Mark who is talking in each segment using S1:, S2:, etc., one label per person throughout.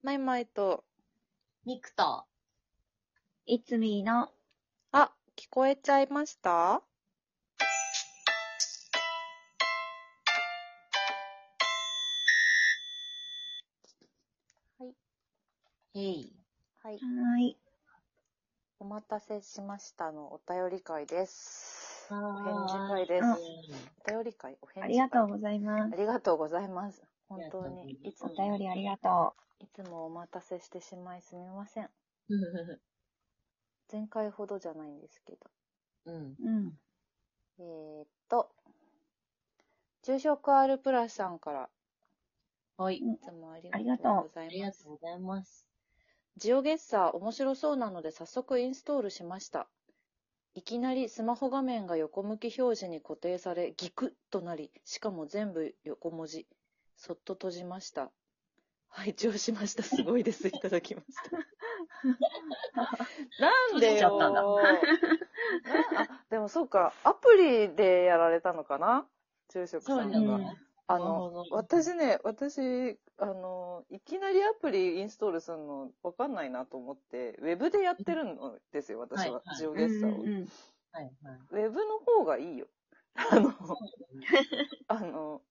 S1: マイマイと、
S2: ミクと、
S3: いつみーの、
S1: あ、聞こえちゃいました
S2: へい。
S1: はい。
S3: はい。
S1: お待たせしましたのお便り会です。
S2: あー
S1: お返事会です。お便り会お返事会
S3: ありがとうございま
S1: あ
S3: す。
S1: りがとうございます。本当
S2: あ
S1: に。
S2: りがとうございま
S1: いつも、
S2: す
S3: お便りありがと
S1: いつもお待たせしてしまいすみません。
S2: う
S1: 前回ほどじゃないんですけど。
S2: ん。
S3: う。うん。
S1: えー、っと、住職 R プラスさんから、
S2: はい。
S1: いつもありがとうござ
S2: あ
S1: い
S2: り
S1: ま
S2: が
S1: す
S2: と。うございます。
S1: ジオゲッサー面白そうなので早速インストールしました。いきなりスマホ画面が横向き表示に固定され、ギクッとなり、しかも全部横文字。そっと閉じました。拝聴しました。すごいです。いただきま した。なんで
S2: 閉じちゃ
S1: よ
S2: ったんだ
S1: なあでもそうか、アプリでやられたのかな住職さん
S3: そう
S1: が。
S3: なの
S1: あ
S2: なる
S1: の
S2: ほど、
S1: 私ね、私、あの、いきなりアプリインストールするのわかんないなと思って、ウェブでやってるんですよ、私は
S2: はいは。い
S1: ジオ
S3: う
S1: ゲッ
S3: ん
S1: サ
S3: う
S1: ーを。ウェ
S3: ん
S2: はいはい。
S1: ブの方がいいよ。あの、あの、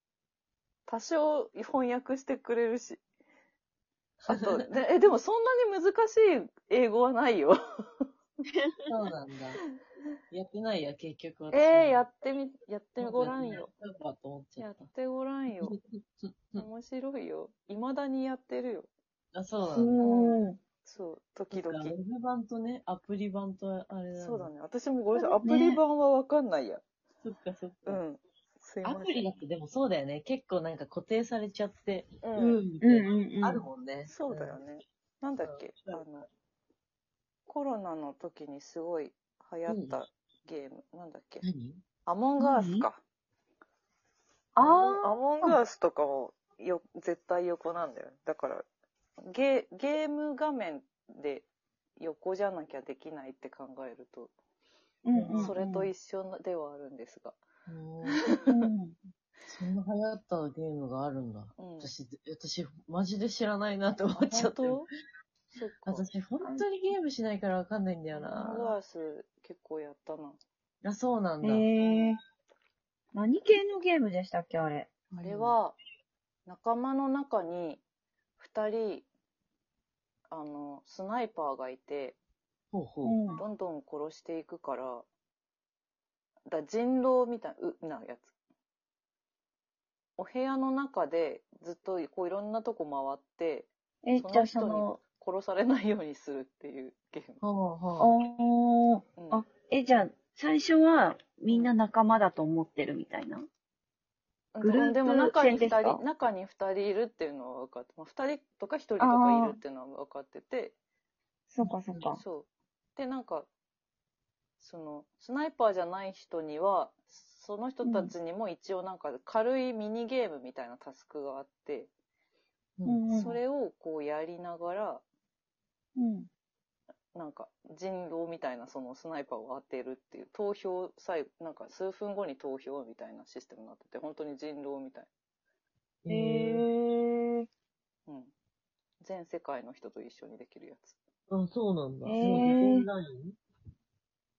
S1: 多少翻訳してくれるし。あ と、でえ、でもそんなに難しい英語はないよ。
S2: そうなんだ。やってないや、結局
S1: えー、やってみ、やってごらんよ。。
S2: やったと思っちゃ
S1: やっ
S2: った。
S1: てごらんよ。
S2: うん
S1: 面白いよ。未だにやってるよ。
S2: あ、そう
S3: う
S2: なんだ。
S3: ん。うん。
S1: そう、時
S2: ウ
S1: 々。
S2: ェブ版とね、アプリ版とあれなん
S1: そうだ。ね。私もごめんなさい。アプリ版はわかんないや。
S2: そっかそっ
S1: う
S2: か。
S1: ん。すいま
S2: ア
S1: せん。
S2: プリだってでもそうだよね。結構なんか固定されちゃって、
S1: う。
S2: うんん、みた
S3: う
S2: い
S3: ん
S2: な。
S3: うんうん。
S2: あるもんね。
S1: そうだよね。なんだっけ、
S2: うん
S1: あの、コロナの時にすごい流行ったゲーム。なんだっけ
S2: うん。何
S1: アモンガースか。
S3: あ
S1: アモ
S3: あ
S1: ンアモンガースとかもよ、絶対横なんだよ。だから、ゲー、ゲーム画面で横じゃなきゃできないって考えると、
S3: うんうんうん。
S1: それと一緒ではあるんですが。
S2: おー
S3: うん。
S2: そんな流行ったゲームがあるんだ。
S1: うん。
S2: 私、私、マジで知らないなって思っ
S1: あ
S2: ちゃった。
S1: 本当そっか。
S2: 私、本当にゲームしないからわかんないんだよ
S1: アモン
S2: な。
S1: ガース結構やったな。
S2: あ、そうなんだ。
S3: えー。何系のゲームでしたっけ、あれ。
S1: あれは、仲間の中に2人、あの、スナイパーがいて、
S2: ほうほう。
S3: うん。
S1: どんどん殺していくから、だ人狼みたいなうなやつ。お部屋の中でずっとこういろんなとこ回って、
S3: え、
S1: その人に
S3: じゃあその、
S1: 殺されないようにするっていうゲー
S2: ほうほう。
S3: おー。
S1: ム。うん
S3: あ、え、じゃあ、最初は、みんな仲間だと思ってるみたいな。グループ
S1: でも中に
S3: 戦です
S1: 2
S3: か
S1: 人、中に二人いるっていうのは分かって、まあ、2人とか1人とかいるっていうのは分かってて、
S3: そうか、そうか。
S1: そう。で、なんか、その、スナイパーじゃない人には、その人たちにも一応なんか軽いミニゲームみたいなタスクがあって、
S3: うんうん
S1: それをこうやりながら、
S3: うん。
S1: なんか人狼みたいなそのスナイパーを当てるっていう投票最後、なんか数分後に投票みたいなシステムになってて、本当に人狼みたい。
S2: へえ。
S3: へえ。
S1: うん。全世界の人と一緒にできるやつ。
S2: あ、そうなんだ。
S3: へー
S2: オンライン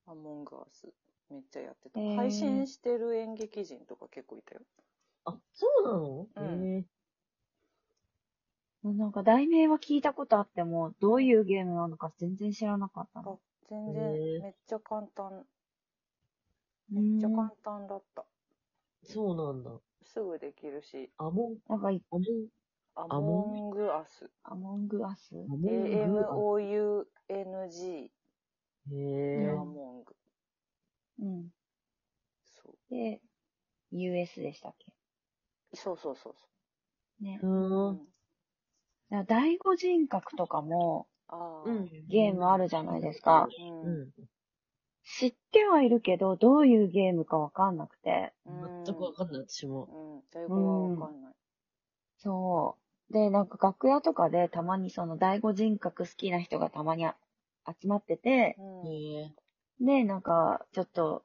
S1: アモンガース。めっちゃやってた。
S3: へー
S1: 配信してる演劇人とか結構いたよ。
S2: あ、そうなの
S1: うん
S2: へえ。
S3: なんか題名は聞いたことあっても、どういうゲームなのか全然知らなかったな。
S1: あ全
S2: へ
S1: 然、
S2: ー
S1: めっちゃ簡単。
S3: め
S1: めっちゃ簡単だった。
S2: そうなんだ。
S1: すぐできるし、
S2: アモン、
S3: なんかい、
S2: アモン、
S1: ア
S2: モン
S1: モングアス。
S3: アモングアス
S2: アモング
S1: AMOUNG。
S2: へ
S3: う
S2: え
S1: ア
S3: ん。
S1: モング。
S3: うん。
S1: そう。
S3: で、US でしたっけ
S1: そうそうそう
S3: ね。
S2: う
S1: そう。
S2: ー。
S1: うんん。
S3: だから第五人格とかも
S1: ああ。
S2: うん。
S3: ゲームあるじゃないですか。
S1: う。
S2: うんん。
S3: 知ってはいるけど、どういうゲームかわかんなくて。
S2: 全くわかんない、私も。
S1: うん。英語はわかんない。
S3: そう。で、なんか楽屋とかでたまにその第五人格好きな人がたまにあ集まってて、
S1: うん。
S2: へえ。
S3: で、なんかちょっと、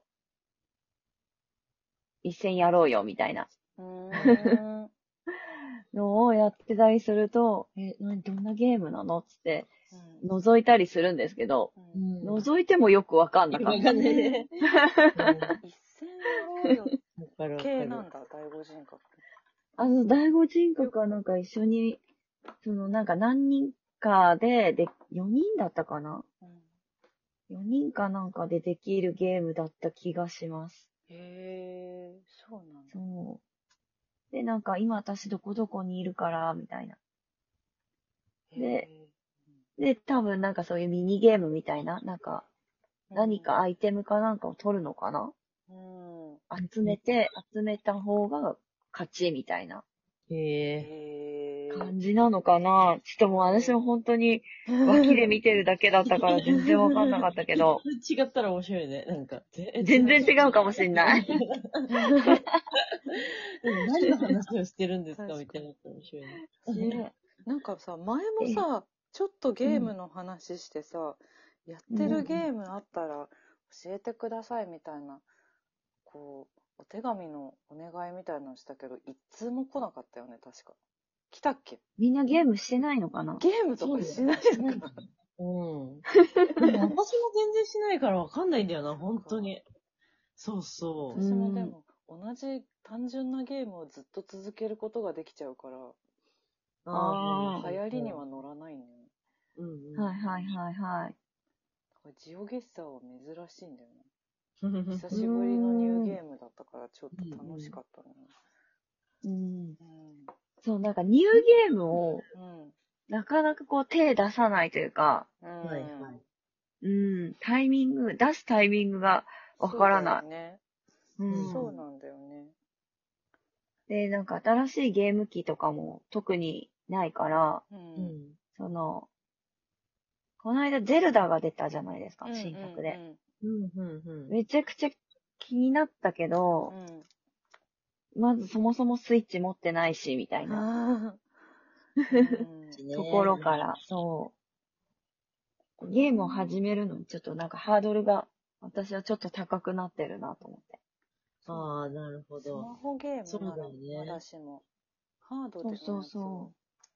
S3: 一戦やろうよみたいな
S1: うーん。
S3: のをやってたりすると、え、なにどんなゲームなのつって、
S1: うん
S3: 覗いたりするんですけど、
S1: うん
S2: うん
S3: 覗いてもよくわかんなかっ
S2: わ
S3: た。
S2: かんないね。
S1: 一線やろうよ
S2: わか るわか
S1: 系なん
S2: る。
S1: だ、第五人格。
S3: あの、第五人格はなんか一緒に、そのなんか何人かで、で、4人だったかな
S1: うん、
S3: ?4 人かなんかでできるゲームだった気がします。
S1: へえ、そうなんだ。
S3: そう。で、なんか今私どこどこにいるから、みたいな。で
S1: へえ、
S3: で、多分なんかそういうミニゲームみたいな、なんか
S1: うん
S3: 何か、アイテムかなんかを取るのかな
S1: うん、
S3: 集めて、集めた方が勝ちみたいな
S2: へえ。
S1: へえ。
S3: 感じなのかなちょっともう私も本当に脇で見てるだけだったから全然わかんなかったけど、
S2: 違ったら面白いね。なんか。全
S3: 全然違うかもしんない。
S2: 何の話をしてるんですか
S1: 確かに
S2: みたいなのって面白いね。
S3: ね
S1: なんかさ、前もさ、ちょっとゲームの話してさ、やってるゲームあったら教えてくださいみたいな、こう、お手紙のお願いみたいなのしたけど、一通も来なかったよね、確か。来たっけ
S3: みんなゲームしてないのかな
S1: ゲームとかしないのかな
S2: うん。でも私も全然しないからわかんないんだよな、本当に。そうそう。
S1: 私もでも、同じ単純なゲームをずっと続けることができちゃうから、
S3: あ
S1: 流行りには乗らないんだよね。
S2: うんうん。
S3: はいはいはいはい。
S1: だからジオゲッサーは珍しいんだよね。久
S2: い。
S1: しぶりのニューゲームだったから、ちょっと楽しかったね。
S3: うん、
S1: うん
S3: そう、なんかニューゲームを
S1: うん。
S3: なかなかこう手出さないというか、
S1: うん
S2: はいはい。
S3: うん、タイミング、出すタイミングがわからない。
S1: そうだよね
S3: う
S2: うん
S3: ん、
S1: そうなんだよね。
S3: で、なんか新しいゲーム機とかも特にないから、
S1: うん
S2: う
S1: うん
S2: ん。
S3: その、この間ゼルダが出たじゃないですか、新作で。。
S2: うんうんうん。
S3: めちゃくちゃ気になったけ
S1: う
S3: ど、
S1: んうん
S3: まずそもそもスイッチ持ってないし、みたいな
S1: あーうん
S3: ところから、そう。ゲームを始めるのにちょっとなんかハードルが、私はちょっと高くなってるなと思って。
S2: ああ、なるほ
S1: スマ
S2: ど。
S1: ホゲー
S2: そ
S1: ム
S2: う
S1: な
S2: だ
S1: ら
S2: よね
S1: まだしも。ハードで
S3: そうそう
S1: のや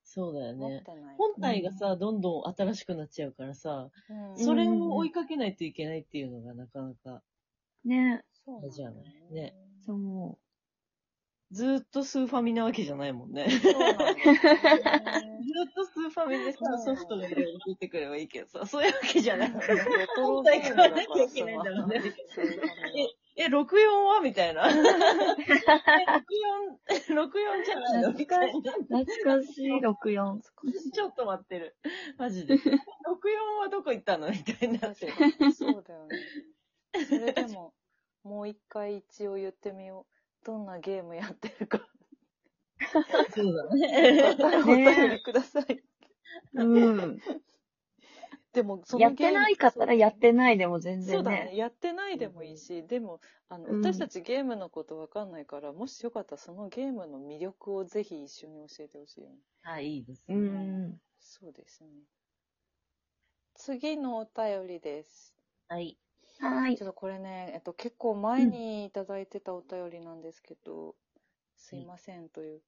S3: そ
S2: そうだよ
S1: つを持っ
S2: ね。
S1: てない。
S2: 本体がさ、どんどん新しくなっちゃうからさ、
S1: うん
S2: それを追いかけないといけないっていうのがなかなか、
S3: う。ね、
S1: そうなんだよ
S2: ね
S3: そう。
S2: ずーっとスーファミなわけじゃないもん ね。
S1: そうなんだよ
S2: ず
S1: ね
S2: ーっとスーファミでさ
S1: う、ん
S2: ソフトがいろいろ出てくればいいけどさ、そういうわけじゃない。
S1: レトロ
S2: 本
S1: ゲ
S2: 体
S1: ー
S2: 買
S1: ム
S2: わ
S1: だから
S2: なきゃいけないんだろうね。
S1: そういう感
S2: え、64はみたいな。え64、64じゃないのみたいな。
S3: 懐かしい64。
S1: じ。
S2: ちょっと待ってる。マジで。64はどこ行ったのみたいになって
S1: 確
S2: る。
S1: かにそうだよね。それでも、もう一回一応言ってみよう。どんなゲームやってる か、
S2: そうだ ね。
S1: お便りください。
S3: うん。
S1: でも、そ
S3: や
S1: の
S3: っ
S1: ゲー
S3: て
S1: ム
S3: ないかったらやってないでも全
S1: そう
S3: 然
S1: だ
S3: ね。
S1: ね。やってないでもいいし、でも、あの、
S3: うん
S1: 私たちゲームのことわかんないから、もしよかったらそのゲームの魅力をぜひ一緒に教えてほしいよね。
S2: はい、いいです
S3: う
S2: ね。
S3: ん。
S1: そうですね。次のお便りです。
S2: はい。
S3: はい
S1: ち。ょっとこれね、えっと、結構前にいただいてたお便りなんですけど、すいませんという、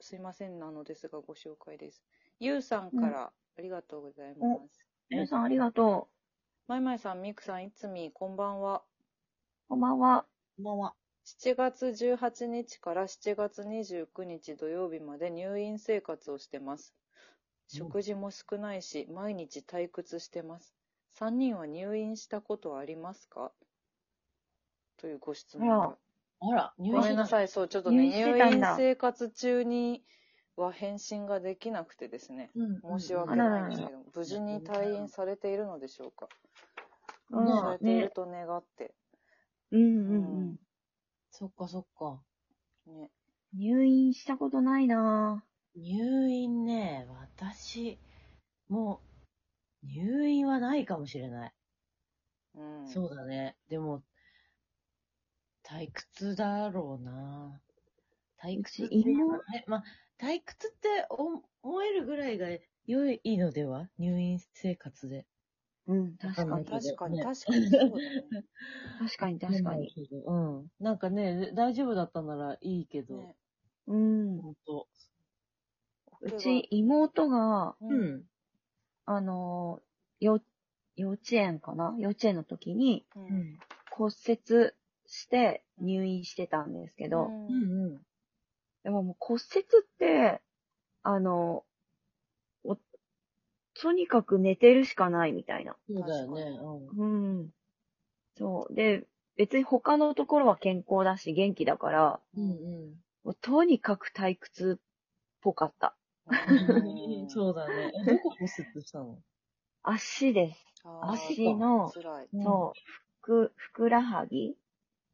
S1: すいませんなのですが、ご紹介です。ゆうさんから、ありがとうございます。
S3: 皆さんありがと
S1: まいまいさん、みくさん、いつみ、こんばんは。
S3: う。こんばんは。
S2: こんばんは。
S1: 7月18日から7月29日土曜日まで入院生活をしてます。
S2: うん
S1: 食事も少ないし、毎日退屈してます。3人は入院したことはありますかというご質問
S3: あ
S1: が
S3: ら。
S2: あら、入。
S1: ごめんないさい、そう、ちょっとね、
S3: 入院し
S1: 入
S3: てたん
S1: 院
S3: だ
S1: 生活中には返信ができなくてですね、申し訳
S3: あららら
S1: ないんですけど、無事に退院されているのでしょうか。
S3: うん
S1: されてい
S3: ね
S1: ると願って、
S3: うんうんうん。
S2: そっかそっか。
S1: ね。
S3: 入院したことないな
S2: 入院ね、私、もう、入院はないかもしれない。
S1: うん。
S2: そうだね。でも、退屈だろうな。退屈っていうかね、まあ、退屈って思えるぐらいが良いのでは入院生活で。
S3: ぁ。うん、確かに。
S2: わんないけ
S1: 確
S2: ど
S1: かに、
S2: ね
S1: 確かにそうだよね。
S3: 確かに確かに。。
S2: うん。なんかね、大丈夫だったならいいけど、
S1: ね
S3: うん。
S2: 本当
S3: うち妹が、
S1: う。
S2: うんん。
S3: あのー、幼幼稚園かな幼稚園の時に
S1: う。
S2: うんん。
S3: 骨折して入院してたんですけど、
S2: うんうん。
S3: でももう骨折って、あのー、おとにかく寝てるしかないみたいな。
S2: そうだよね。
S3: うん。そう。で、別に他のところは健康だし元気だから、
S2: うん。うん
S3: もうとにかく退屈っぽかった。
S2: う
S1: う。
S2: ん。そうだね。えどこ骨折したの
S3: 足です。
S1: あー
S3: 足の、
S1: 辛い。
S3: そう、ふく、ふくらはぎ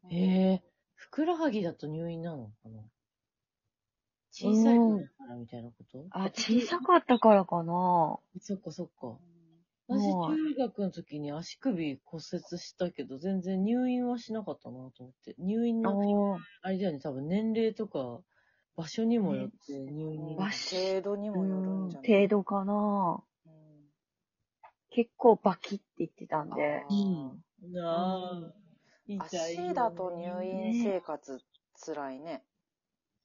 S2: へえ、ふくらはぎだと入院なのかな小さい
S3: うん
S2: 頃だからみたいなこと
S3: あ、小さかったからかな
S2: そっかそっか。私、
S3: もう
S2: 中学の時に足首骨折したけど、全然入院はしなかったなと思って。入院の、
S3: おー
S2: あれだよね、多分年齢とか、場所にもよって入
S1: うん
S2: 院。
S3: わし
S1: 程度に
S3: う
S1: もよる
S3: ん、
S1: んじゃない
S3: 程度かな
S1: うん
S3: 結構バキって言ってたんで。
S1: あー
S2: なあ、痛いよね
S1: 足だと入院生活つらいね。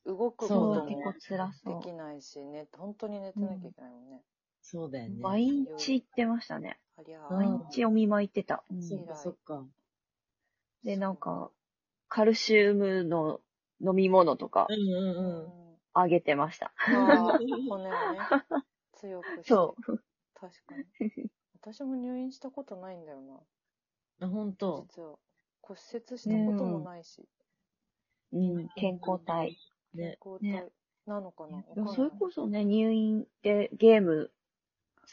S1: 動くこ
S2: そ
S1: と
S2: う
S3: そ
S2: だ
S3: う、
S2: ね
S3: 結構
S1: も
S3: 辛そ
S1: できないしね、本当に寝てなきゃいけないもんね。
S2: そうだよ
S3: う。
S2: ね。
S3: 毎日行ってましたね。
S1: ありゃ
S2: うん
S3: 毎日お見舞い行ってた。うん
S2: そっかそっか。
S3: で、なんか、カルシウムの飲み物とか
S2: うん
S1: う
S2: う
S1: ん
S2: うん。
S1: ん。
S3: あげてました。
S1: あー 骨をね、強くして。。
S3: そう
S1: 確かに。私も入院したことないんだよな。
S2: あ、ほんと。
S1: 実は。骨折したこともないし。
S3: う。うん、健康体。
S2: ね。
S1: 交
S3: ね
S1: 代なのかな。
S3: いや
S1: わかんない
S3: それこそね、入院でゲーム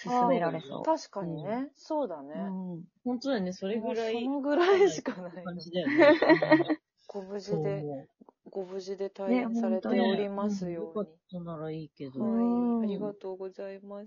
S3: 勧められそ
S1: 確かにね、そうだ
S3: う。
S1: ね。
S3: うん。
S2: ほんとだよね、それぐら
S1: もう
S2: い
S1: そのぐらいしかないよ
S2: 感じだよね。
S1: ご無
S2: そう
S1: 事で、
S2: 思
S1: ご無事で退院されて
S3: ね
S1: おりますように。
S2: う。ならいいけど。
S1: はい、
S3: うん
S1: ありがとうございます。